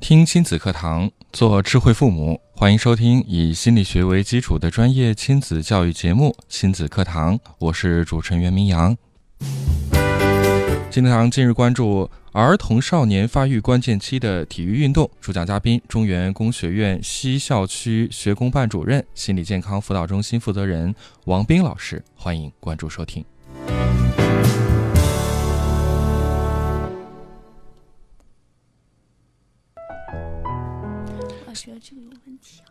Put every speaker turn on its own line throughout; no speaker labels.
听亲子课堂，做智慧父母。欢迎收听以心理学为基础的专业亲子教育节目《亲子课堂》，我是主持人袁明阳。亲子课堂近日关注儿童少年发育关键期的体育运动，主讲嘉宾中原工学院西校区学工办主任、心理健康辅导中心负责人王斌老师。欢迎关注收听。
我觉得这个有问题啊。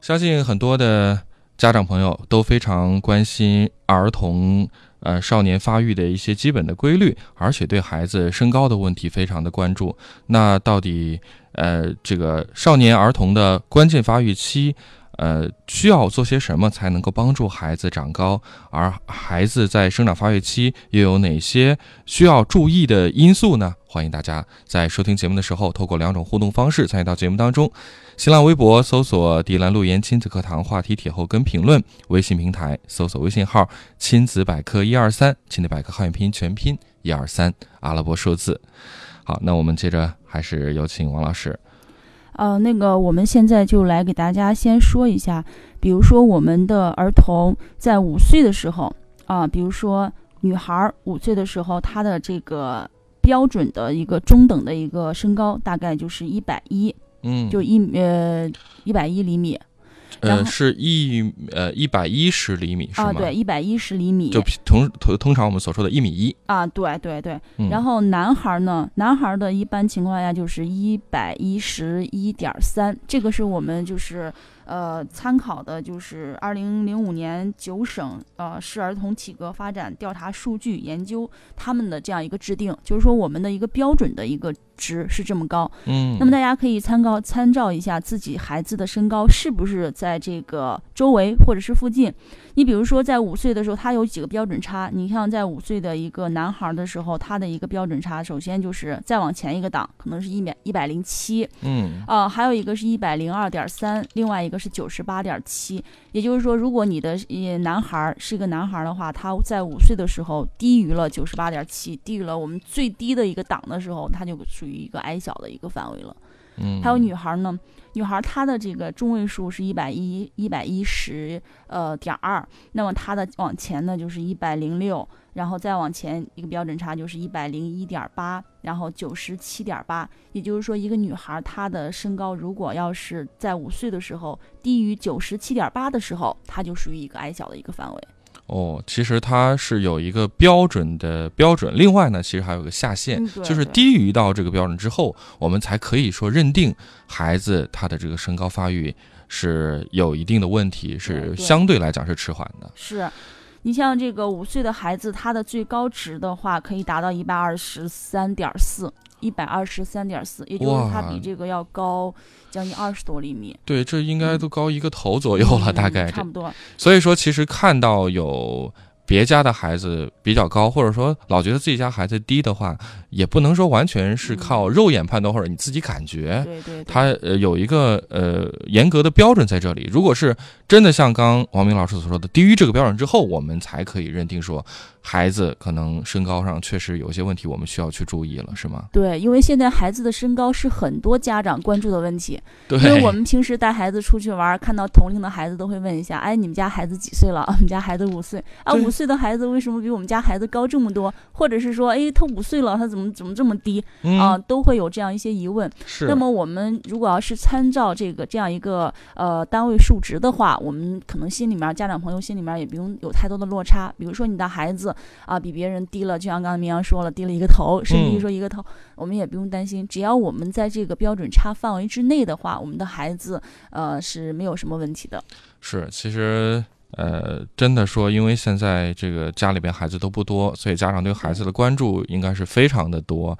相信很多的家长朋友都非常关心儿童呃少年发育的一些基本的规律，而且对孩子身高的问题非常的关注。那到底呃这个少年儿童的关键发育期，呃需要做些什么才能够帮助孩子长高？而孩子在生长发育期又有哪些需要注意的因素呢？欢迎大家在收听节目的时候，透过两种互动方式参与到节目当中。新浪微博搜索“迪兰路言亲子课堂”话题帖后跟评论，微信平台搜索微信号“亲子百科一二三”，亲子百科汉语拼音全拼一二三阿拉伯数字。好，那我们接着还是有请王老师。
呃，那个，我们现在就来给大家先说一下，比如说我们的儿童在五岁的时候啊、比如说女孩儿五岁的时候，她的这个标准的一个中等的一个身高大概就是一百一，
嗯，
就一呃一百一厘米然
呃
后
是一呃一百一十厘米是
啊，
吗？
对，，一百一十厘米
就平同通通常我们所说的一米一。
啊，对对对。
嗯、
然后男孩儿呢，男孩儿的一般情况下就是一百一十一点三，这个是我们就是呃参考的，就是二零零五年九省呃市儿童体格发展调查数据研究他们的这样一个制定，就是说我们的一个标准的一个值是这么高。
嗯，
那么大家可以参考参照一下自己孩子的身高是不是在这个周围或者是附近。你比如说，在五岁的时候，他有几个标准差。你像在五岁的一个男孩的时候，他的一个标准差，首先就是再往前一个档，可能是一百一百零七，
嗯
啊，还有一个是一百零二点三，另外一个是九十八点七。也就是说，如果你的呃男孩儿是一个男孩儿的话，他在五岁的时候低于了九十八点七，低于了我们最低的一个档的时候，他就属于一个矮小的一个范围了。
嗯，
还有女孩儿呢，女孩儿她的这个中位数是一百一一百一十呃点二，那么她的往前呢就是一百零六，然后再往前一个标准差就是一百零一点八，然后九十七点八，也就是说一个女孩儿她的身高如果要是在五岁的时候低于九十七点八的时候，她就属于一个矮小的一个范围。
哦，其实它是有一个标准的标准，另外呢，其实还有个下限，
嗯对
就是
对
低于到这个标准之后，我们才可以说认定孩子他的这个身高发育是有一定的问题，是
对
相对来讲是迟缓的。
是，你像这个五岁的孩子，他的最高值的话可以达到一百二十三点四，一百二十三点四，也就是他
哇
比这个要高将近二十多厘 米。
对，这应该都高一个头左右了，
嗯
大概
差
这
不。多。
所以说，其实看到有。别家的孩子比较高，或者说老觉得自己家孩子低的话，也不能说完全是靠肉眼判断或者你自己感觉。
对对对，
它呃有一个呃严格的标准在这里。如果是真的像刚王明老师所说的，低于这个标准之后，我们才可以认定说孩子可能身高上确实有一些问题，我们需要去注意了，是吗？
对，因为现在孩子的身高是很多家长关注的问题，
对，
因为我们平时带孩子出去玩，看到同龄的孩子都会问一下：“哎，你们家孩子几岁了？” 我们家孩子五岁啊，
对
五岁的孩子为什么比我们家孩子高这么多？或者是说，哎，他五岁了，他怎么怎么这么低
嗯、
啊？都会有这样一些疑问。
是
那么我们如果要是参照这个这样一个呃单位数值的话，我们可能心里面家长朋友心里面也不用有太多的落差。比如说你的孩子啊、比别人低了，就像刚才明阳说了，低了一个头，甚至
嗯
于说一个头，我们也不用担心。只要我们在这个标准差范围之内的话，我们的孩子呃是没有什么问题的。
是，其实呃，真的说，因为现在这个家里边孩子都不多，所以家长对孩子的关注应该是非常的多，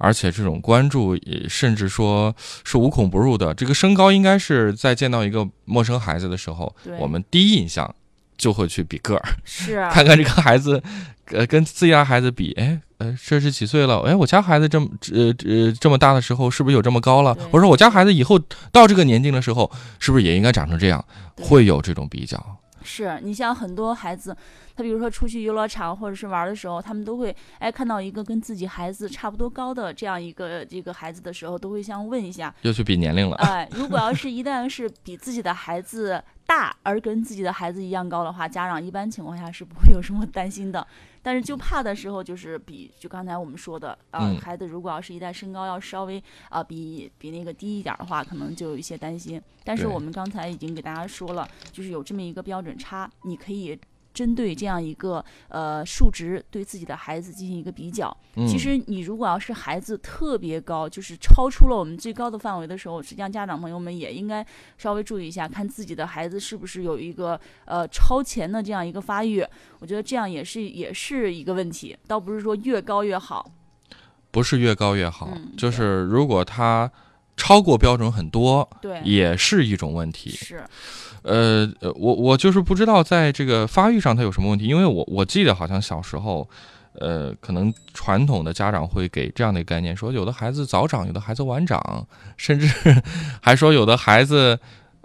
而且这种关注也甚至说是无孔不入的。这个身高应该是在见到一个陌生孩子的时候
对，啊
我们第一印象就会去比个儿，
是
看看这个孩子，呃，跟自己家孩子比，哎，呃，这是几岁了？哎，我家孩子这么，呃，呃，这么大的时候，是不是有这么高了
对？
我说我家孩子以后到这个年龄的时候，是不是也应该长成这样？
对
会有这种比较。
是你像很多孩子，他比如说出去游乐场或者是玩儿的时候，他们都会哎看到一个跟自己孩子差不多高的这样一个这个孩子的时候，都会想问一下，
又去比年龄了。
哎，如果要是一旦是比自己的孩子大而跟自己的孩子一样高的话，家长一般情况下是不会有什么担心的。 但是就怕的时候就是比，就刚才我们说的啊、呃
嗯
孩子如果要是一旦身高要稍微啊、呃比比那个低一点儿的话，可能就有一些担心。但是
对
我们刚才已经给大家说了，就是有这么一个标准差，你可以。针对这样一个呃数值，对自己的孩子进行一个比较，
嗯
其实你如果要是孩子特别高，就是超出了我们最高的范围的时候，实际上家长朋友们也应该稍微注意一下，看自己的孩子是不是有一个呃超前的这样一个发育。我觉得这样也是也是一个问题，倒不是说越高越好。
不是越高越好，
嗯
就是如果他超过标准很多，
对，
也是一种问题。
是
呃，呃我我就是不知道在这个发育上他有什么问题，因为我我记得好像小时候。呃，可能传统的家长会给这样的概念，说有的孩子早长，有的孩子晚长，甚至 还说有的孩子，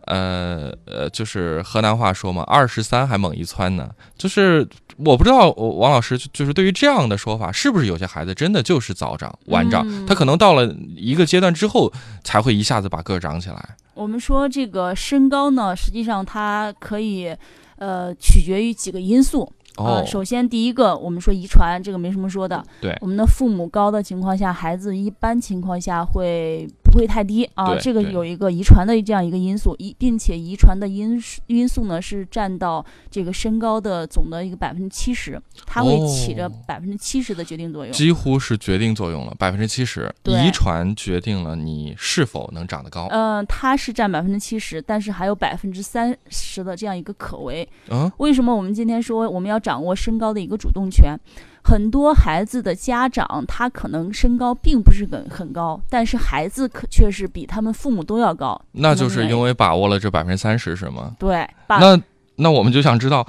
呃呃，就是河南话说嘛，二十三还猛一窜呢。就是我不知道，我王老师就就是对于这样的说法，是不是有些孩子真的就是早长晚长？
嗯
他可能到了一个阶段之后，才会一下子把个儿长起来。
我们说这个身高呢，实际上它可以呃取决于几个因素。
哦
呃，，首先第一个，我们说遗传，这个没什么说的。
对
我们的父母高的情况下，孩子一般情况下会不会太低啊？
对
这个
对
有一个遗传的这样一个因素，一并且遗传的因素因素呢是占到这个身高的总的一个百分之七十，它会起着
哦
百分之七十的决定作用。
几乎是决定作用了，百分之七十，
对
遗传决定了你是否能长得高。
嗯、它是占百分之七十，但是还有百分之三十的这样一个可为。
嗯，
为什么我们今天说我们要掌握身高的一个主动权？很多孩子的家长他可能身高并不是很很高，但是孩子可却是比他们父母都要高。
那就是因为把握了这百分之三十，是吗？
对，爸
那那我们就想知道，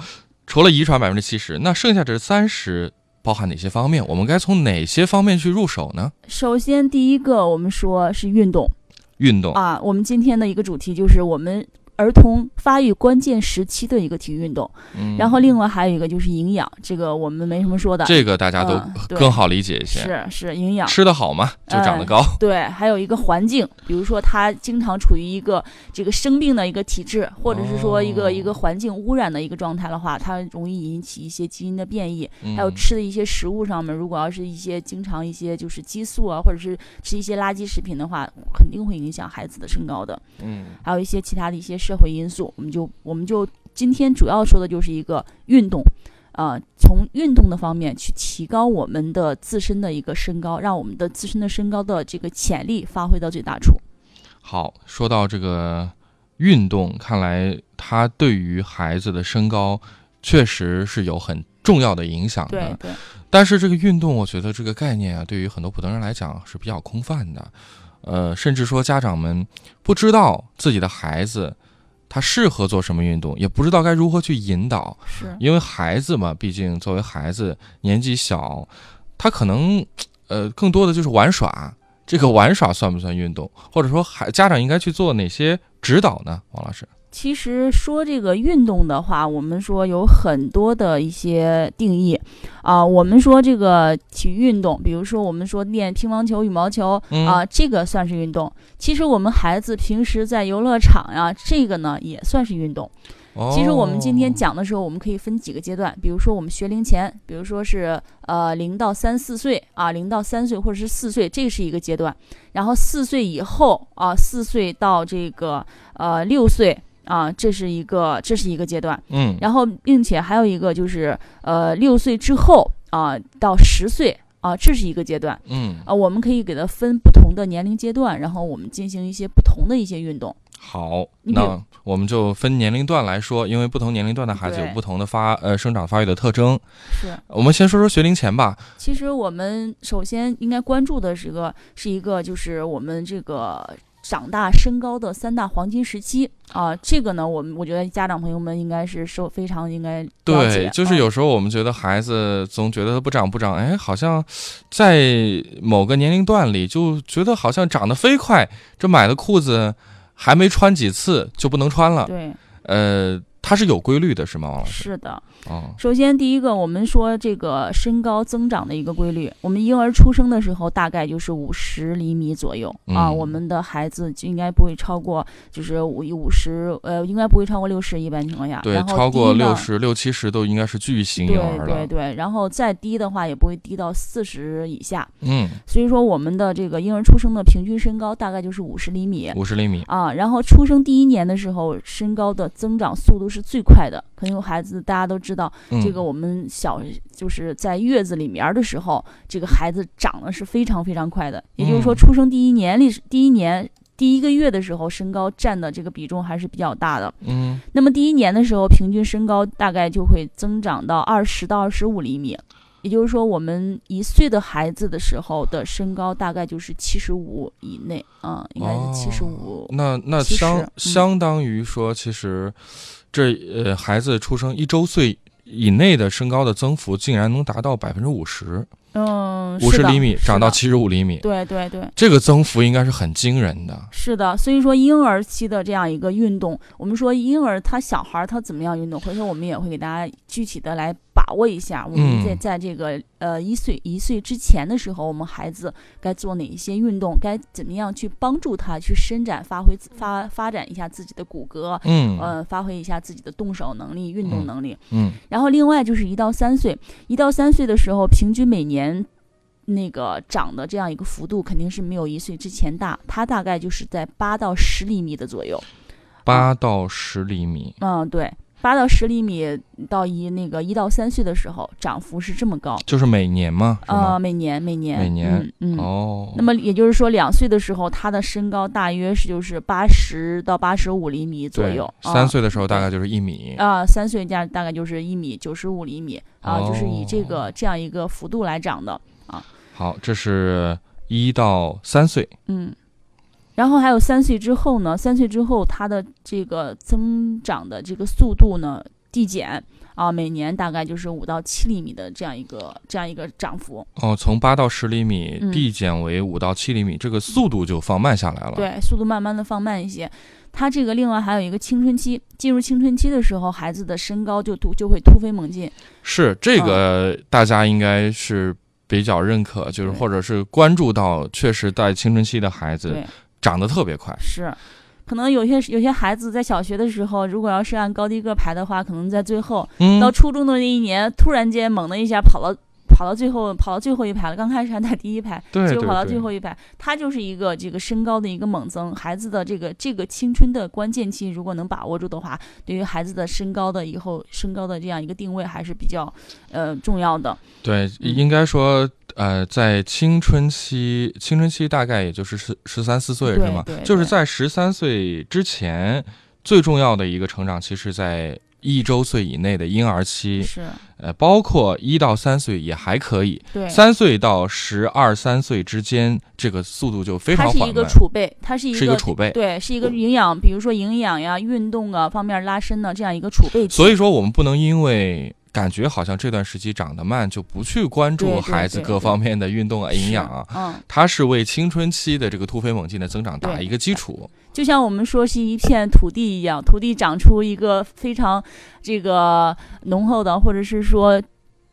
除了遗传百分之七十，那剩下这三十包含哪些方面？我们该从哪些方面去入手呢？
首先第一个我们说是运动
运动，
啊，我们今天的一个主题就是我们儿童发育关键时期的一个体育运动，
嗯，
然后另外还有一个就是营养，这个我们没什么说的。
这个大家都
嗯对
更好理解一些。
是是营养，
吃得好嘛，就长得
哎
高。
对，还有一个环境，比如说他经常处于一个这个生病的一个体质，或者是说一个、
哦
一个环境污染的一个状态的话，它容易引起一些基因的变异。
嗯
还有吃的一些食物上面，如果要是一些经常一些就是激素啊，或者是吃一些垃圾食品的话，肯定会影响孩子的身高的。
嗯，
还有一些其他的一些社会因素，我们就我们就今天主要说的就是一个运动，呃，从运动的方面去提高我们的自身的一个身高，让我们的自身的身高的这个潜力发挥到最大处。
好，说到这个运动，看来它对于孩子的身高确实是有很重要的影响
对
的。
对，
但是这个运动，我觉得这个概念啊，对于很多普通人来讲是比较空泛的，呃，甚至说家长们不知道自己的孩子他适合做什么运动，也不知道该如何去引导。
是
因为孩子嘛，毕竟作为孩子年纪小，他可能呃更多的就是玩耍。这个玩耍算不算运动？或者说，孩家长应该去做哪些指导呢？王老师，
其实说这个运动的话，我们说有很多的一些定义啊、我们说这个体育运动，比如说我们说练乒乓球、羽毛球啊、
嗯
这个算是运动。其实我们孩子平时在游乐场呀、这个呢也算是运动。其实我们今天
哦
讲的时候，我们可以分几个阶段，比如说我们学龄前，比如说是呃零到三四岁啊，零到三岁或者是四岁，这是一个阶段。然后四岁以后啊，四岁到这个呃六岁啊，这是一个这是一个阶段。
嗯，
然后并且还有一个就是呃六岁之后啊，到十岁啊，这是一个阶段。
嗯，
啊，我们可以给它分不同的年龄阶段，然后我们进行一些不同的一些运动。
好，
你比如
那我们就分年龄段来说，因为不同年龄段的孩子有
对
不同的发呃生长发育的特征。
是。
我们先说说学龄前吧，
其实我们首先应该关注的是一个是一个就是我们这个长大身高的三大黄金时期啊、这个呢，我们我觉得家长朋友们应该是受非常应该了解
对，就是
嗯
有时候我们觉得孩子总觉得他不长不长，哎，好像在某个年龄段里就觉得好像长得飞快，这买的裤子还没穿几次就不能穿了。
对
呃，它是有规律的，是吗，王老师？
是的。
哦，
首先，第一个，我们说这个身高增长的一个规律，我们婴儿出生的时候大概就是五十厘米左右、啊，
嗯
我们的孩子就应该不会超过，就是五五十，呃，应该不会超过六十，一般情况下，
对，
啊然后
超过
低呢
六十六七十都应该是巨型
对
婴儿
对
了。
对，然后再低的话也不会低到四十以下，
嗯，
所以说我们的这个婴儿出生的平均身高大概就是五十厘米。
五十厘米。
啊，然后出生第一年的时候，身高的增长速度是最快的。可能有孩子大家都知道，
嗯，
这个我们小就是在月子里面儿的时候，这个孩子长得是非常非常快的。也就是说，
嗯
出生第一年里，第一年第一个月的时候，身高占的这个比重还是比较大的。
嗯，
那么第一年的时候，平均身高大概就会增长到二十到二十五厘米。也就是说，我们一岁的孩子的时候的身高大概就是七十五以内，嗯，应
哦
该是七十五。
那那
其实
相
嗯
相当于说，其实这呃孩子出生一周岁以内的身高的增幅竟然能达到百分之五十，
嗯，
五
是
十
的
厘米
是
长到
的
七十五厘米，
对对对，
这个增幅应该是很惊人的。
是的，所以说婴儿期的这样一个运动，我们说婴儿他小孩儿他怎么样运动，回头我们也会给大家具体的来把握一下。我们在
嗯
在这个呃一岁一岁之前的时候，我们孩子该做哪一些运动，该怎么样去帮助他去伸展、发挥自发发展一下自己的骨骼，
嗯
呃，发挥一下自己的动手能力、运动
嗯
能力。
嗯
然后另外就是一到三岁，一到三岁的时候，平均每年那个长的这样一个幅度肯定是没有一岁之前大，它大概就是在八到十厘米的左右。
八到十厘米，
嗯，对，八到十厘米到一那个一到三岁的时候，涨幅是这么高。
就是每年嘛，是
呃，
吗？
每年每年
每年
嗯。嗯
哦，
那么也就是说，两岁的时候，他的身高大约是就是八十到八十五厘米左
对
右，。啊
三岁的时候大概就是一米。
啊，三岁加大概就是一米九十五厘米啊，就是以这
哦
个这样一个幅度来长的，
好，这是一到三岁，
嗯。然后还有三岁之后呢，三岁之后它的这个增长的这个速度呢递减啊，每年大概就是五到七厘米的这样一个这样一个涨幅。
哦，从八到十厘米
嗯
递减为五到七厘米，这个速度就放慢下来了。，
对，速度慢慢的放慢一些。它这个另外还有一个青春期，进入青春期的时候，孩子的身高就突就会突飞猛进。
是这
嗯
个大家应该是比较认可，就是
对
或者是关注到，确实在青春期的孩子
对，
长得特别快。
是，可能有些有些孩子在小学的时候，如果要是按高低个排的话，可能在最后
嗯
到初中的那一年，突然间猛的一下跑到跑到最后跑到最后一排了，刚开始还在第一排，
对
结
对
果跑到
对，
最后一排，他就是一个这个身高的一个猛增。孩子的这个这个青春的关键期，如果能把握住的话，对于孩子的身高的以后身高的这样一个定位还是比较呃重要的。
对，
嗯
应该说，呃，在青春期，青春期大概也就是十十三四岁
对
是吗
对？
就是
对
在十三岁之前，最重要的一个成长期是在一周岁以内的婴儿期，
是
呃，包括一到三岁也还可以，
对。
三岁到十二三岁之间，这个速度就非
它
常
是
缓
一个
慢，
储备，它是一
是一个储备。
对，是一个营养，比如说营养呀、运动啊方面拉伸的这样一个储备期。
所以说，我们不能因为感觉好像这段时期长得慢，就不去关
对
注
对
孩子
对
各
对
方面的运动啊、营养啊。
是，嗯，
它是为青春期的这个突飞猛进的增长打
对
一个基础。
就像我们说是一片土地一样，土地长出一个非常这个浓厚的，或者是说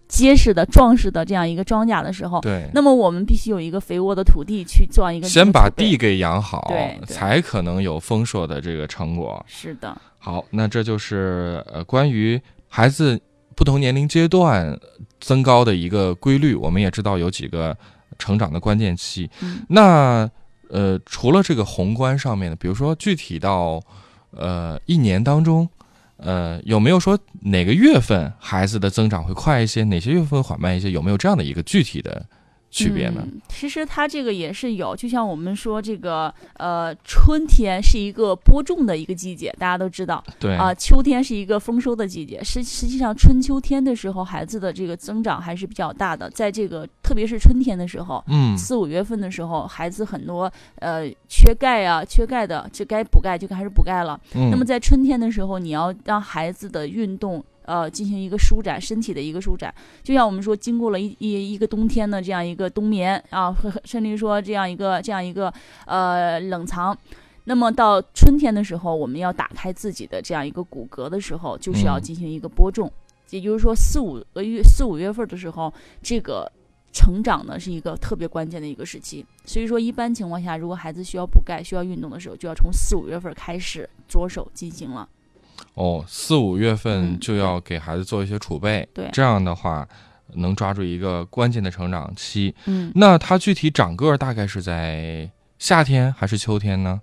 结实的、壮实的这样一个庄稼的时候，
对，
哦那么我们必须有一个肥沃的土地去做一个这
先
个
把
储备
地给养好
对，对
才可能有丰硕的这个成果。
是的，
好，那这就是呃关于孩子不同年龄阶段增高的一个规律。我们也知道有几个成长的关键期。
嗯
那呃，除了这个宏观上面的，比如说具体到呃一年当中。呃，有没有说哪个月份孩子的增长会快一些，哪些月份会缓慢一些？有没有这样的一个具体的区别呢？
嗯其实它这个也是有，就像我们说这个呃，春天是一个播种的一个季节，大家都知道
对
啊、秋天是一个丰收的季节。实实际上春秋天的时候，孩子的这个增长还是比较大的，在这个特别是春天的时候。
嗯，
四五月份的时候，孩子很多呃缺钙啊，缺钙的，这该补钙就开始补钙了。
嗯
那么在春天的时候，你要让孩子的运动。呃，进行一个舒展，身体的一个舒展，就像我们说，经过了一一一个冬天的这样一个冬眠啊，和甚至于说这样一个这样一个呃冷藏，那么到春天的时候，我们要打开自己的这样一个骨骼的时候，就是要
嗯
进行一个播种，也就是说四五个月四五月份的时候，这个成长呢是一个特别关键的一个时期。所以说，一般情况下，如果孩子需要补钙、需要运动的时候，就要从四五月份开始着手进行了。
哦，四五月份
嗯
就要给孩子做一些储备，
对
这样的话能抓住一个关键的成长期。
嗯，
那他具体长个儿大概是在夏天还是秋天呢？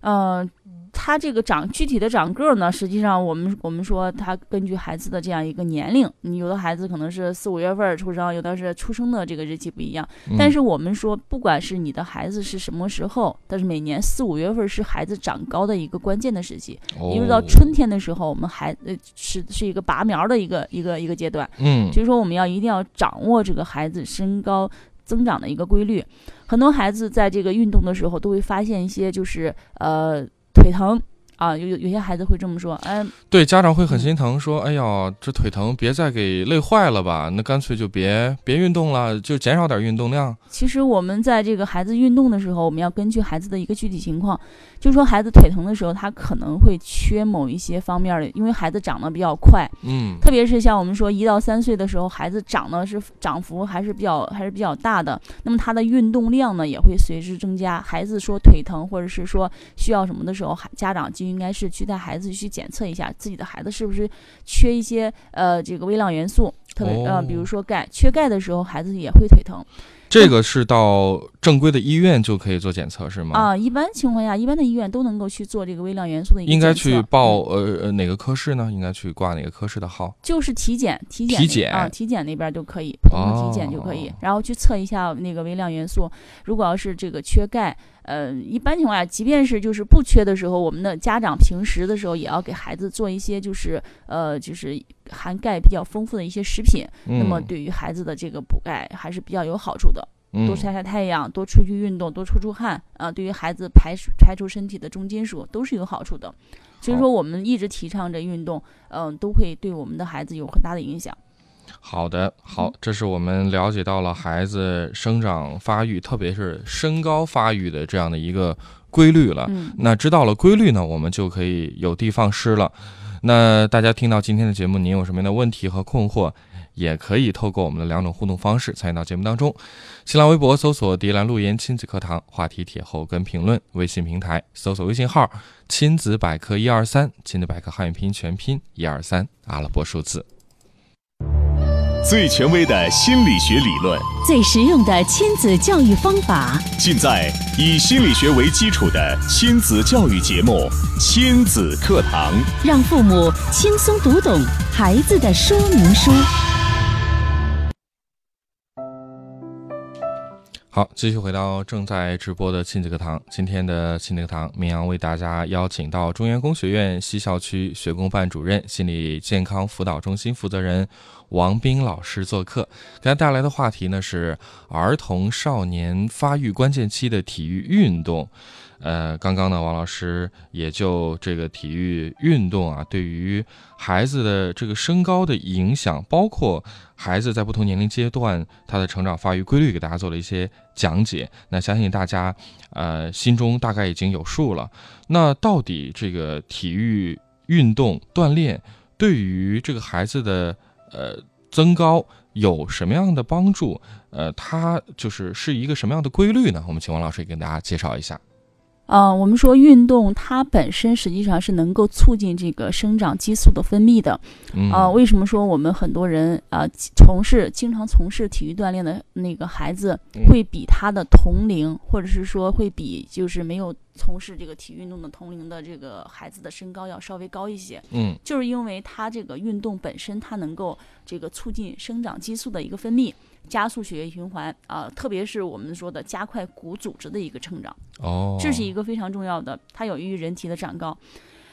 呃，他这个长具体的长个儿呢，实际上我们我们说他根据孩子的这样一个年龄，你有的孩子可能是四五月份儿出生，有的是出生的这个日期不一样。
嗯
但是我们说，不管是你的孩子是什么时候，但是每年四五月份是孩子长高的一个关键的时期，因为到
哦
春天的时候，我们孩呃是是一个拔苗的一个一个一个阶段，
嗯
所以说我们要一定要掌握这个孩子身高增长的一个规律。很多孩子在这个运动的时候，都会发现一些就是呃腿疼啊，有有有些孩子会这么说，哎，
对，家长会很心疼，说：“哎呀，这腿疼，别再给累坏了吧？那干脆就别别运动了，就减少点运动量。
其实我们在这个孩子运动的时候，我们要根据孩子的一个具体情况，就说孩子腿疼的时候，他可能会缺某一些方面的，因为孩子长得比较快，”
嗯，
特别是像我们说一到三岁的时候，孩子长得是涨幅还是比较还是比较大的，那么他的运动量呢也会随之增加。孩子说腿疼或者是说需要什么的时候，孩家长就应该是去带孩子去检测一下自己的孩子是不是缺一些呃这个微量元素，特别、
哦
呃比如说钙，缺钙的时候孩子也会腿疼。
这个是到正规的医院就可以做检测是吗？
啊，一般情况下，一般的医院都能够去做这个微量元素的一个
应该
检测
去报
嗯
呃呃哪个科室呢？应该去挂哪个科室的号？
就是体检，体检
体
那
检
啊，体检那边就可以，普通的体检就可以，
哦
然后去测一下那个微量元素。如果要是这个缺钙，呃，一般情况下，即便是就是不缺的时候，我们的家长平时的时候也要给孩子做一些就是呃就是含钙比较丰富的一些食品，
嗯、
那么对于孩子的这个补钙还是比较有好处的。
嗯
多晒晒太阳，多出去运动，多出出汗啊，对于孩子排除排除身体的重金属都是有好处的。所以
好
说，我们一直提倡着运动，嗯、都会对我们的孩子有很大的影响。
好的，好
嗯，
这是我们了解到了孩子生长发育，特别是身高发育的这样的一个规律了。
嗯，
那知道了规律呢，我们就可以有的放矢了。那大家听到今天的节目，您有什么样的问题和困惑，也可以透过我们的两种互动方式参与到节目当中。新浪微博搜索“迪兰路言亲子课堂”话题帖后跟评论，微信平台搜索微信号“亲子百科一二三”，亲子百科汉语拼音全拼一二三阿拉伯数字。
最权威的心理学理论，
最实用的亲子教育方法，
尽在以心理学为基础的亲子教育节目《亲子课堂》。
让父母轻松读懂孩子的说明书。
好，继续回到正在直播的亲子课堂。今天的亲子课堂，明阳为大家邀请到中原工学院西校区学工办主任、心理健康辅导中心负责人王斌老师做客。给他带来的话题呢是儿童少年发育关键期的体育运动。呃，刚刚呢，王老师也就这个体育运动啊，对于孩子的这个身高的影响，包括孩子在不同年龄阶段他的成长发育规律，给大家做了一些讲解。那相信大家呃心中大概已经有数了。那到底这个体育运动锻炼对于这个孩子的呃增高有什么样的帮助？呃，它就是是一个什么样的规律呢？我们请王老师给大家介绍一下。
呃，我们说运动它本身实际上是能够促进这个生长激素的分泌的，
嗯，
啊，为什么说我们很多人啊从事经常从事体育锻炼的那个孩子
嗯，
会比他的同龄，或者是说会比就是没有从事这个体育运动的同龄的这个孩子的身高要稍微高一些，
嗯
就是因为它这个运动本身它能够这个促进生长激素的一个分泌，加速血液循环啊、特别是我们说的加快骨组织的一个成长。
哦，
这是一个非常重要的，它有益于人体的长高。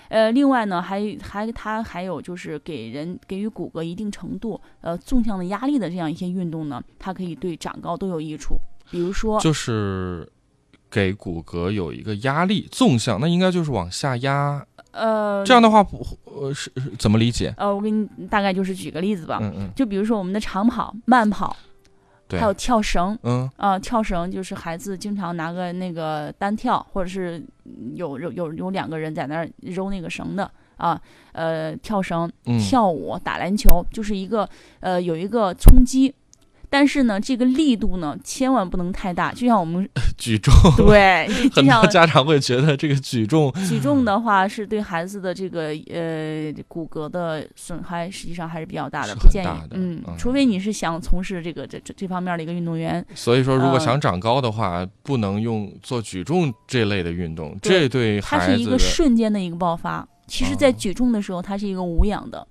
呃，另外呢，还还它还有就是给人给予骨骼一定程度呃纵向的压力的这样一些运动呢，它可以对长高都有益处。比如说，
就是给骨骼有一个压力，纵向，那应该就是往下压。
呃，
这样的话不，呃，是是怎么理解？
呃，我给你大概就是举个例子吧，
嗯嗯，
就比如说我们的长跑、慢跑，
对
还，有跳绳。
嗯
呃，跳绳就是孩子经常拿个那个单跳，或者是有有有有两个人在那儿揉那个绳的啊，呃，跳绳，
嗯，
跳舞、打篮球，就是一个呃有一个冲击，但是呢，这个力度呢千万不能太大，就像 我们
举重，
对，嗯就
很
像
多家长会觉得这个举重，
举重的话是对孩子的这个呃骨骼的损害实际上还是比较大的，
是
不
很
建议
大的，
嗯
嗯，
除非你是想从事这个这这这方面的一个运动员，
所以说如果
呃
想长高的话，不能用做举重这类的运动，
对
这对
它
孩
是一
子
个
的
瞬间的一个爆发。其实，在
哦
举重的时候，它是一个无氧的，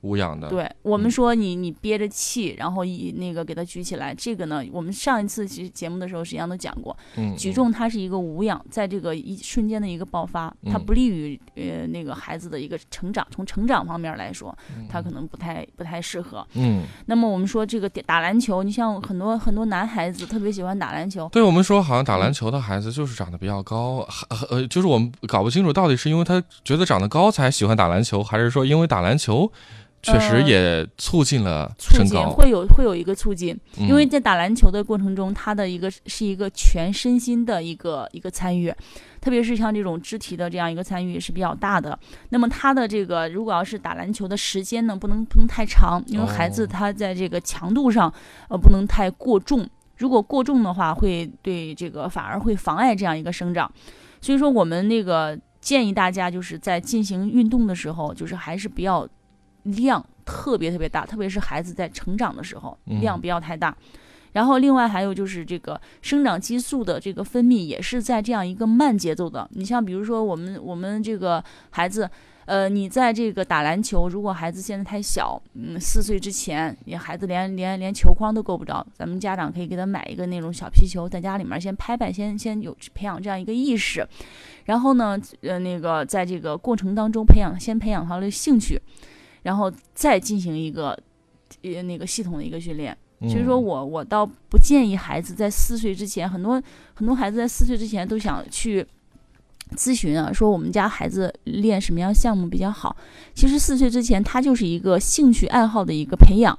无氧的，
对我
嗯
们说你你憋着气，然后一那个给它举起来，这个呢，我们上一次其实节目的时候实际上都讲过，
嗯，
举
嗯
重它是一个无氧，在这个一瞬间的一个爆发，它
嗯
不利于呃那个孩子的一个成长。从成长方面来说，它可能不太不太适合。
嗯，
那么我们说这个打打篮球，你像很多很多男孩子特别喜欢打篮球，
对我们说，好像打篮球的孩子就是长得比较高，还呃，就是我们搞不清楚到底是因为他觉得长得高才喜欢打篮球，还是说因为打篮球确实
呃
也促进了
促
身
进
高？
会有会有一个促进，
嗯
因为在打篮球的过程中，它的一个是一个全身心的一个一个参与，特别是像这种肢体的这样一个参与是比较大的。那么它的这个如果要是打篮球的时间呢，不能不能太长，因为孩
哦
子他在这个强度上，呃，不能太过重。如果过重的话，会对这个反而会妨碍这样一个生长。所以说，我们那个建议大家就是在进行运动的时候，就是还是不要量特别特别大，特别是孩子在成长的时候，
嗯
量不要太大。然后，另外还有就是这个生长激素的这个分泌也是在这样一个慢节奏的。你像比如说我们我们这个孩子，呃，你在这个打篮球，如果孩子现在太小，嗯，四岁之前，你孩子连连连球框都够不着，咱们家长可以给他买一个那种小皮球，在家里面先拍拍，先先有培养这样一个意识。然后呢，呃，那个在这个过程当中培养，先培养他的兴趣，然后再进行一个呃那个系统的一个训练。
嗯
所以说我我倒不建议孩子在四岁之前，很多很多孩子在四岁之前都想去咨询啊，说我们家孩子练什么样项目比较好。其实四岁之前，他就是一个兴趣爱好的一个培养。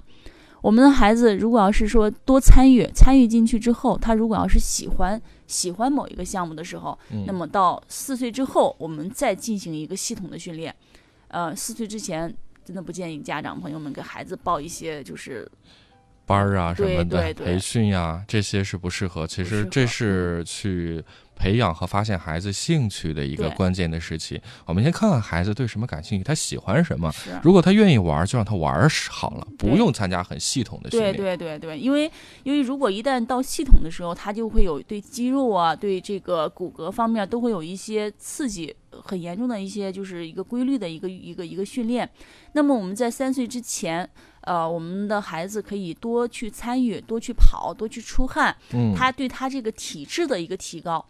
我们的孩子如果要是说多参与，参与进去之后，他如果要是喜欢喜欢某一个项目的时候，
嗯
那么到四岁之后，我们再进行一个系统的训练。呃，四岁之前真的不建议家长朋友们给孩子报一些就是
班儿啊什
对
么的
对对
培训呀、这些是不适合。其实
不适合
这是去培养和发现孩子兴趣的一个
对
关键的时期。我们先看看孩子对什么感兴趣，他喜欢什么。
是啊
如果他愿意玩儿，就让他玩儿好了，不
对
用参加很系统的训
对
练。
对对对，因为因为如果一旦到系统的时候，它就会有对肌肉啊、对这个骨骼方面都会有一些刺激，呃很严重的一些就是一个规律的一个一个一个训练。那么我们在三岁之前，呃，我们的孩子可以多去参与、多去跑、多去出汗，
嗯，
他对他这个体质的一个提高。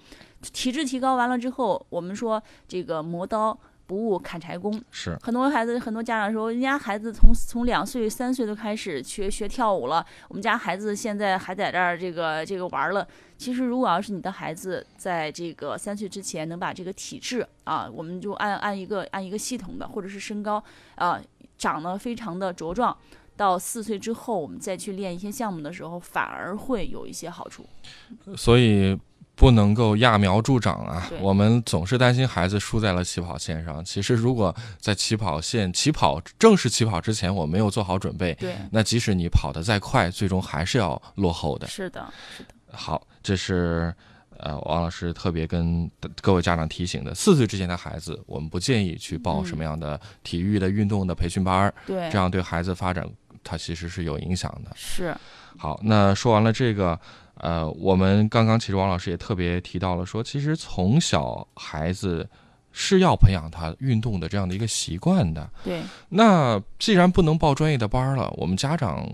体质提高完了之后，我们说这个磨刀不误砍柴工，
是
很多孩子，很多家长说，人家孩子从从两岁、三岁都开始学学跳舞了，我们家孩子现在还在这儿这个这个玩儿了。其实，如果要是你的孩子在这个三岁之前能把这个体质啊，我们就按按一个按一个系统的，或者是身高啊长得非常的茁壮，到四岁之后，我们再去练一些项目的时候，反而会有一些好处。
所以不能够揠苗助长啊
对！
我们总是担心孩子输在了起跑线上。其实，如果在起跑线起跑正式起跑之前，我没有做好准备，
对，
那即使你跑得再快，最终还是要落后的。
是的，是的，
好，这是呃王老师特别跟各位家长提醒的：四岁之前的孩子，我们不建议去报
嗯
什么样的体育的运动的培训班儿，
对
这，样对孩子发展它其实是有影响的。
是，
好，那说完了这个，呃，我们刚刚其实王老师也特别提到了说，其实从小孩子是要培养他运动的这样的一个习惯的。
对，
那既然不能报专业的班儿了，我们家长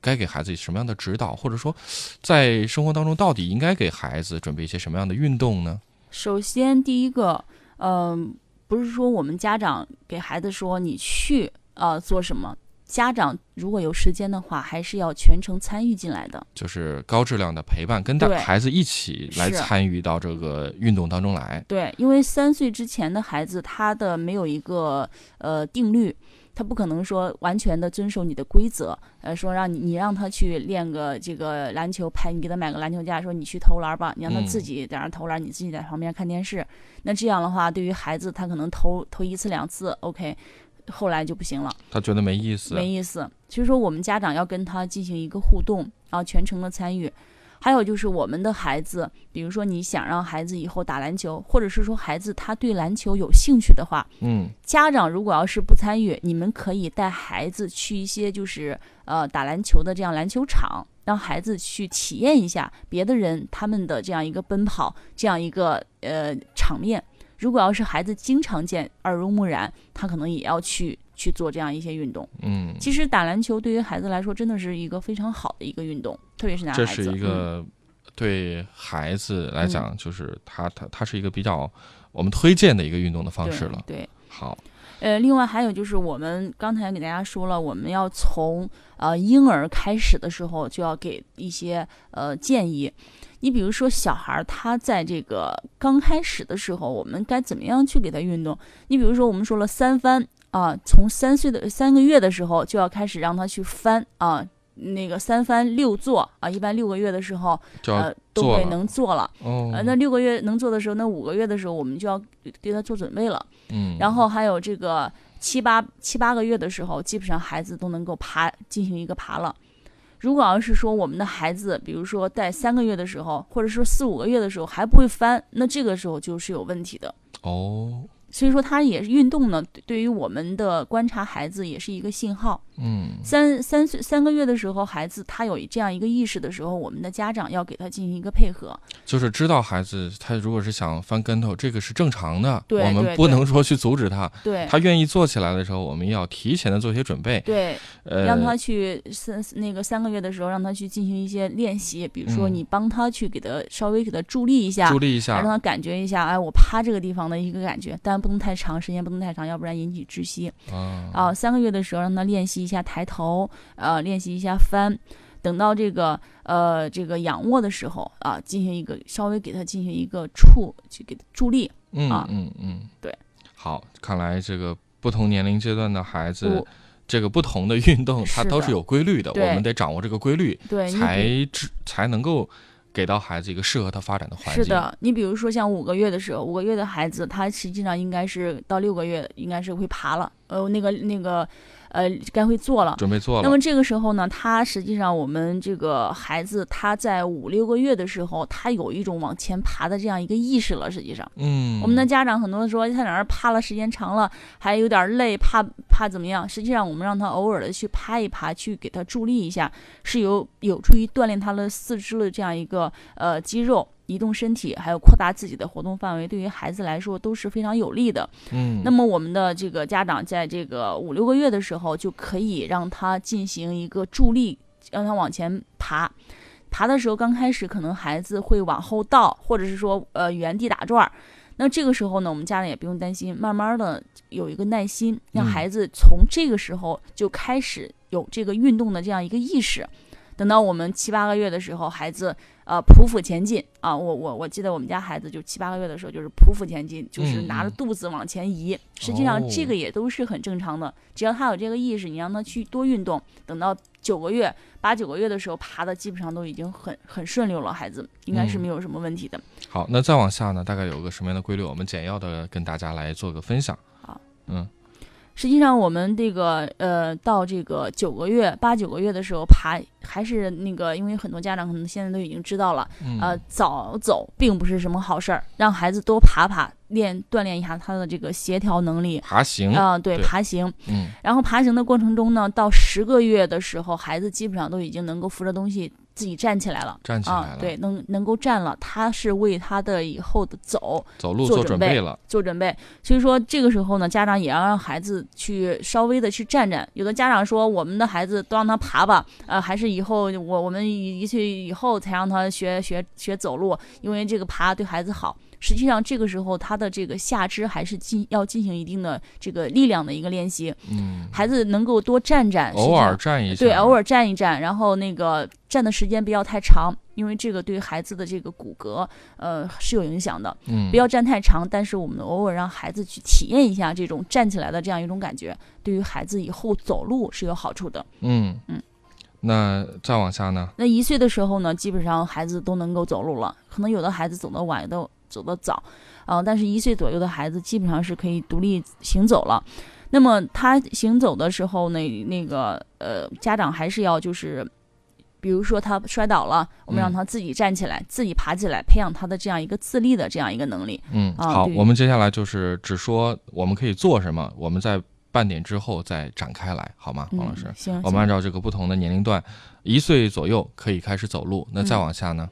该给孩子什么样的指导，或者说，在生活当中到底应该给孩子准备一些什么样的运动呢？
首先第一个，嗯、不是说我们家长给孩子说你去呃做什么，家长如果有时间的话，还是要全程参与进来的。
就是高质量的陪伴，跟带
对
孩子一起来
是
参与到这个运动当中来。
对，因为三岁之前的孩子，他的没有一个呃定律，他不可能说完全的遵守你的规则，呃，说让你你让他去练个这个篮球拍，你给他买个篮球架，说你去投篮儿吧，你让他
嗯
自己在那儿投篮儿，你自己在旁边看电视。那这样的话，对于孩子，他可能投投一次两次，OK，后来就不行了。
他觉得没意思，
没意思。所以说，我们家长要跟他进行一个互动，然后全程的参与。还有就是我们的孩子，比如说你想让孩子以后打篮球，或者是说孩子他对篮球有兴趣的话，
嗯，
家长如果要是不参与，你们可以带孩子去一些就是呃打篮球的这样篮球场，让孩子去体验一下别的人他们的这样一个奔跑，这样一个呃场面。如果要是孩子经常见，耳濡目染，他可能也要去去做这样一些运动。
嗯，
其实打篮球对于孩子来说，真的是一个非常好的一个运动，特别是男孩
这
子。嗯
是一个对孩子来讲，就是他他他是一个比较我们推荐的一个运动的
嗯
方式了。
对。对，
好，
呃，另外还有就是我们刚才给大家说了，我们要从呃婴儿开始的时候就要给一些呃建议。你比如说小孩儿他在这个刚开始的时候，我们该怎么样去给他运动？你比如说我们说了三翻啊、从三岁的三个月的时候就要开始让他去翻啊、那个三翻六坐啊、一般六个月的时候
就要、
呃都
做
会
了
能做了。
哦，
呃，那六个月能做的时候，那五个月的时候我们就要对他做准备了。
嗯，
然后还有这个七八七八个月的时候，基本上孩子都能够爬进行一个爬了。如果要是说我们的孩子，比如说在三个月的时候，或者说四五个月的时候还不会翻，那这个时候就是有问题的。
哦，
所以说，他也是运动呢，对对于我们的观察孩子也是一个信号。
嗯，
三三岁三个月的时候，孩子他有这样一个意识的时候，我们的家长要给他进行一个配合。
就是知道孩子他如果是想翻跟头，这个是正常的，
对
我们
对
不
对
能说去阻止他。
对，
他愿意坐起来的时候，我们要提前的做一些准备。
对，
呃，
让他去三那个三个月的时候，让他去进行一些练习，比如说
嗯
你帮他去给他稍微给他助力一下，
助力一
让
下，
他感觉一下，哎，我趴这个地方的一个感觉，但不能太长，时间不能太长，要不然引起窒息。
啊，
啊，三个月的时候让他练习一下抬头，呃，练习一下翻。等到这个呃这个仰卧的时候啊，进行一个稍微给他进行一个触去给他助力。
嗯
啊
嗯嗯，
对。
好，看来这个不同年龄阶段的孩子
不，
这个不同的运动，它
是
都
的
是有规律的，我
对
们得掌握这个规律，
对，你
才
比
知才能够给到孩子一个适合他发展的环境。
是，的，你比如说像五个月的时候，五个月的孩子，他实际上应该是到六个月应该是会爬了，呃，那个那个，呃，该会坐了。
准备做
那
了
么，这个时候呢，他实际上我们这个孩子他在五六个月的时候，他有一种往前爬的这样一个意识了。实际上，
嗯，
我们的家长很多说他在那儿趴了时间长了，还有点累，怕怕怎么样？实际上，我们让他偶尔的去趴一趴，去给他助力一下，是有有助于锻炼他的四肢的这样一个呃肌肉。移动身体，还有扩大自己的活动范围，对于孩子来说都是非常有利的。
嗯，
那么，我们的这个家长在这个五六个月的时候，就可以让他进行一个助力，让他往前爬。爬的时候，刚开始可能孩子会往后倒，或者是说呃原地打转儿。那这个时候呢，我们家长也不用担心，慢慢的有一个耐心，让
嗯
孩子从这个时候就开始有这个运动的这样一个意识。等到我们七八个月的时候，孩子呃匍匐前进啊，我我我记得我们家孩子就七八个月的时候就是匍匐前进，就是
嗯
拿着
嗯哦
肚子往前移。实际上这个也都是很正常的，只要他有这个意识，你让他去多运动，等到九个月、八九个月的时候，爬的基本上都已经很很顺溜了，孩子应该是
嗯
没有什么问题的。
好，那再往下呢，大概有个什么样的规律？我们简要的跟大家来做个分享。
好，
嗯，
实际上，我们这个呃，到这个九个月、八九个月的时候爬，还是那个，因为很多家长可能现在都已经知道了，
嗯
呃，早走并不是什么好事儿，让孩子多爬爬，练锻炼一下他的这个协调能力。
爬行，
啊、对，
对
爬行。
嗯
然后爬行的过程中呢，到十个月的时候，孩子基本上都已经能够扶着东西自己站起来了，
站起来了，
啊，对，能能够站了，他是为他的以后的走
走路做
做准
准
备
备了，
做准备。所以说这个时候呢，家长也要让孩子去稍微的去站站。有的家长说，我们的孩子都让他爬吧，呃，还是以后我我们一一去以后才让他学学学走路，因为这个爬对孩子好。实际上，这个时候他的这个下肢还是进要进行一定的这个力量的一个练习，
嗯，
孩子能够多站站，实际
偶
上
尔站一下，
呃对，偶尔站一站，然后那个站的时间不要太长，因为这个对孩子的这个骨骼，呃，是有影响的。
嗯，
不要站太长，但是我们偶尔让孩子去体验一下这种站起来的这样一种感觉，对于孩子以后走路是有好处的。
嗯
嗯。
那再往下呢？
那一岁的时候呢，基本上孩子都能够走路了，可能有的孩子走得晚，有的走得早，啊、但是一岁左右的孩子基本上是可以独立行走了。那么他行走的时候呢，那个呃，家长还是要就是，比如说他摔倒了，我们
嗯
让他自己站起来，自己爬起来，培养他的这样一个自立的这样一个能力。
嗯，
啊
好，
对
我们接下来就是只说我们可以做什么，我们在半点之后再展开来，好吗，
嗯
黄老师？，
行，
我们按
行
照这个不同的年龄段，一岁左右可以开始走路，那再
嗯
往下呢？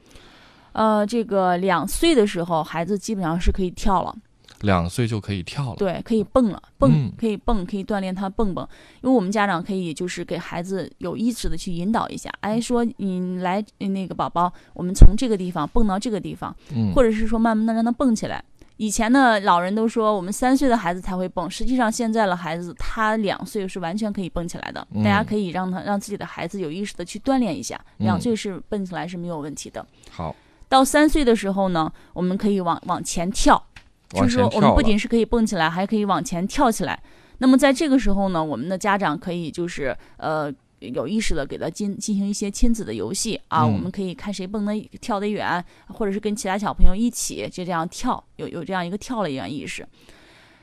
呃，这个两岁的时候，孩子基本上是可以跳了。
两岁就可以跳了。
对，可以蹦了，蹦
嗯
可以蹦，可以锻炼他蹦蹦。因为我们家长可以就是给孩子有意识的去引导一下，哎，
嗯
说你来那个宝宝，我们从这个地方蹦到这个地方，
嗯，
或者是说慢慢的让他蹦起来。以前呢，老人都说我们三岁的孩子才会蹦，实际上现在的孩子他两岁是完全可以蹦起来的。大家
嗯
可以让他让自己的孩子有意识的去锻炼一下，
嗯
两岁是蹦起来是没有问题的。
好，
到三岁的时候呢，我们可以往往前跳，就
往
是说
前
我们
跳
不
了。
仅是可以蹦起来，还可以往前跳起来。那么在这个时候呢，我们的家长可以就是呃。有意识的给他进进行一些亲子的游戏啊，
嗯
我们可以看谁蹦得跳得远，或者是跟其他小朋友一起就这样跳，有有这样一个跳的一样意识。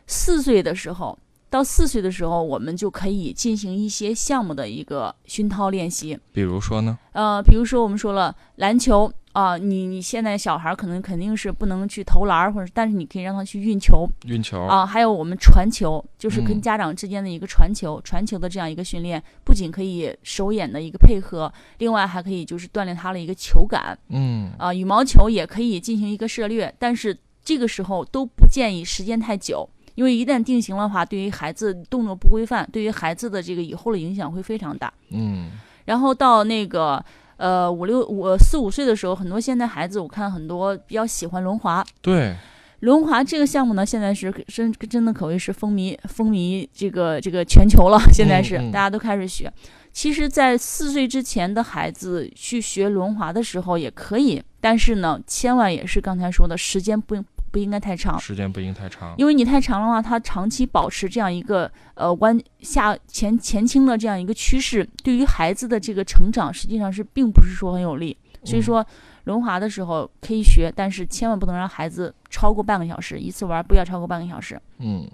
四岁的时候，到四岁的时候，我们就可以进行一些项目的一个熏陶练习。
比如说呢？
呃，比如说我们说了篮球啊、你你现在小孩儿可能肯定是不能去投篮儿，或者但是你可以让他去运球
运球。
啊、还有我们传球，就是跟
哦嗯
家长之间的一个传球、传球的这样一个训练，不仅可以手眼的一个配合，另外还可以就是锻炼他的一个球感
嗯，
啊、羽毛球也可以进行一个涉略，但是这个时候都不建议时间太久。因为一旦定型的话，对于孩子动作不规范，对于孩子的这个以后的影响会非常大。
嗯，
然后到那个呃五六五四五岁的时候，很多现在孩子我看很多比较喜欢轮滑。
对，
轮滑这个项目呢，现在是真真的可谓是风靡风靡这个这个全球了，现在是、
嗯
大家都开始学。其实，在四岁之前的孩子去学轮滑的时候也可以，但是呢，千万也是刚才说的时间不不应该太长，
时间不应太长。
因为你太长的话，它长期保持这样一个呃弯下前前倾的这样一个趋势，对于孩子的这个成长实际上是并不是说很有利。所以说，轮滑的时候可以学，但是千万不能让孩子超过半个小时，一次玩不要超过半个小时。
嗯，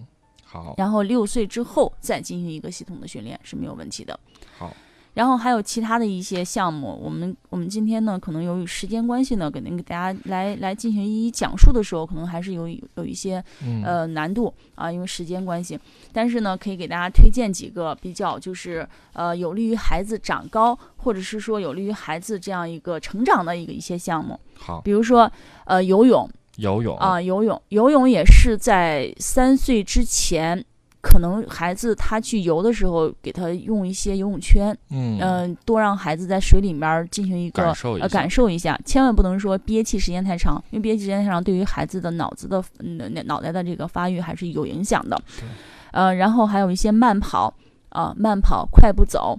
好，
然后六岁之后再进行一个系统的训练是没有问题的。
好，
然后还有其他的一些项目，我们我们今天呢，可能由于时间关系呢，可能给大家来来进行一一讲述的时候，可能还是有有一些
嗯，
呃难度啊，因为时间关系。但是呢，可以给大家推荐几个比较就是呃有利于孩子长高，或者是说有利于孩子这样一个成长的一个一些项目，
好，
比如说呃游泳
游泳
啊、，游泳，游泳也是在三岁之前。可能孩子他去游的时候，给他用一些游泳圈，
嗯，
嗯、多让孩子在水里面儿进行一个
感受一
呃
下，
感受一下，千万不能说憋气时间太长，因为憋气时间太长对于孩子的脑子的嗯脑袋的这个发育还是有影响的。呃，然后还有一些慢跑啊、慢跑、快步走。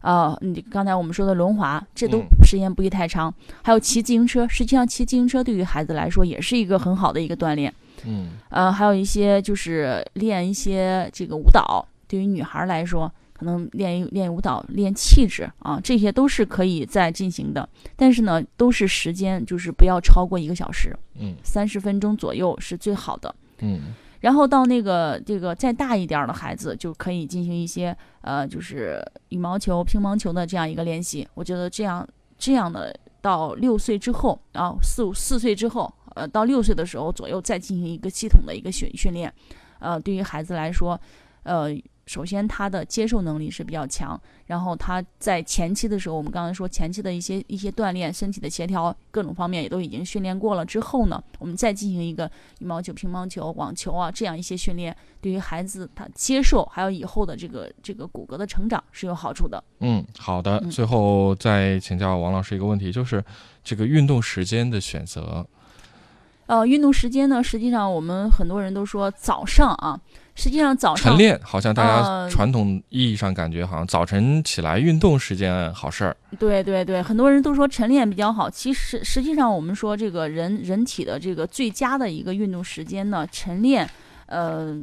啊、你刚才我们说的轮滑，这都
嗯
时间不宜太长。还有骑自行车，实际上骑自行车对于孩子来说也是一个很好的一个锻炼。
嗯，
呃，还有一些就是练一些这个舞蹈，对于女孩儿来说，可能练一练舞蹈、练气质啊，这些都是可以再进行的。但是呢，都是时间就是不要超过一个小时，
嗯，
三十分钟左右是最好的。
嗯，
然后到那个这个再大一点儿的孩子，就可以进行一些呃，就是羽毛球、乒乓球的这样一个练习。我觉得这样这样的到六岁之后啊，四五四岁之后，呃，到六岁的时候左右再进行一个系统的一个训训练，呃，对于孩子来说，呃，首先他的接受能力是比较强，然后他在前期的时候，我们刚才说前期的一些一些锻炼、身体的协调各种方面也都已经训练过了之后呢，我们再进行一个羽毛球、乒乓球、网球啊这样一些训练，对于孩子他接受还有以后的这个这个骨骼的成长是有好处的。
嗯，好的。
嗯
最后再请教王老师一个问题，就是这个运动时间的选择。
哦呃，运动时间呢，实际上我们很多人都说早上啊，实际上早上
晨练好像大家
呃
传统意义上感觉好像早晨起来运动是件好事儿。
对对对，很多人都说晨练比较好，其实实际上我们说这个人人体的这个最佳的一个运动时间呢，晨练，呃，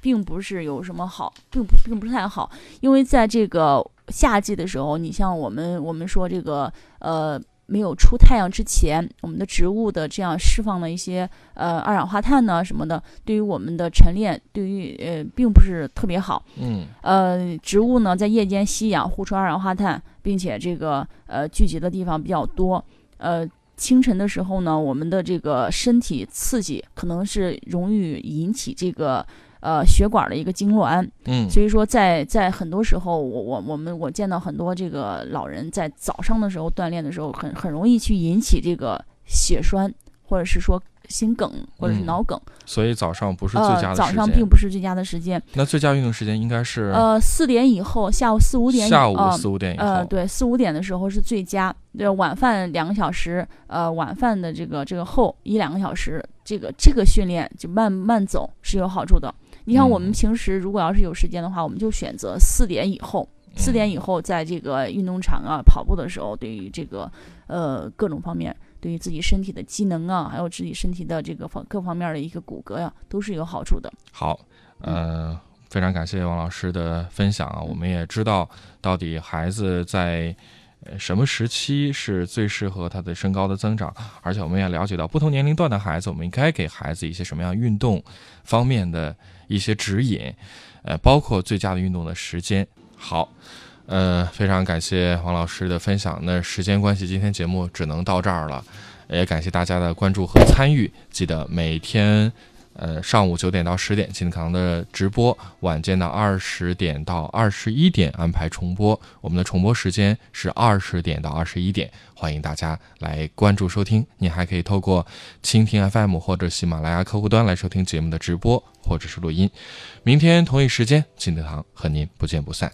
并不是有什么好，并不并不是太好，因为在这个夏季的时候，你像我们我们说这个呃。没有出太阳之前，我们的植物的这样释放的一些呃二氧化碳呢什么的，对于我们的晨练，对于呃并不是特别好。
嗯
呃，植物呢在夜间吸氧，呼出二氧化碳，并且这个呃聚集的地方比较多。呃，清晨的时候呢，我们的这个身体刺激可能是容易引起这个呃血管的一个痉挛，
嗯
所以说在在很多时候，我我我们我见到很多这个老人在早上的时候锻炼的时候很，很容易去引起这个血栓，或者是说心梗，或者是
嗯
脑梗。
所以早上不是最佳的
呃，
时间。
早上并不是最佳的时间。
那最佳运动时间应该是
呃，四点以后，下午四五点以，
下午
呃
四五点以后。
呃，对，四五点的时候是最佳。对，晚饭两个小时，呃，晚饭的这个这个后一两个小时，这个这个训练就慢慢走是有好处的。你像我
嗯
们平时如果要是有时间的话，我们就选择四点以后，
嗯
四点以后在这个运动场啊跑步的时候，对于这个呃各种方面，对于自己身体的机能啊，还有自己身体的这个方各方面的一个骨骼呀、都是有好处的。
好，呃，非常感谢王老师的分享啊，我们也知道到底孩子在。呃什么时期是最适合他的身高的增长？而且我们也了解到，不同年龄段的孩子，我们应该给孩子一些什么样运动方面的一些指引，呃，包括最佳的运动的时间。好，呃，非常感谢王老师的分享。那时间关系，今天节目只能到这儿了，也感谢大家的关注和参与。记得每天呃，上午九点到十点，金堂的直播；晚间的二十点到二十一点安排重播。我们的重播时间是二十点到二十一点，欢迎大家来关注收听。您还可以透过蜻蜓 FM 或者喜马拉雅客户端来收听节目的直播或者是录音。明天同一时间，金德堂和您不见不散。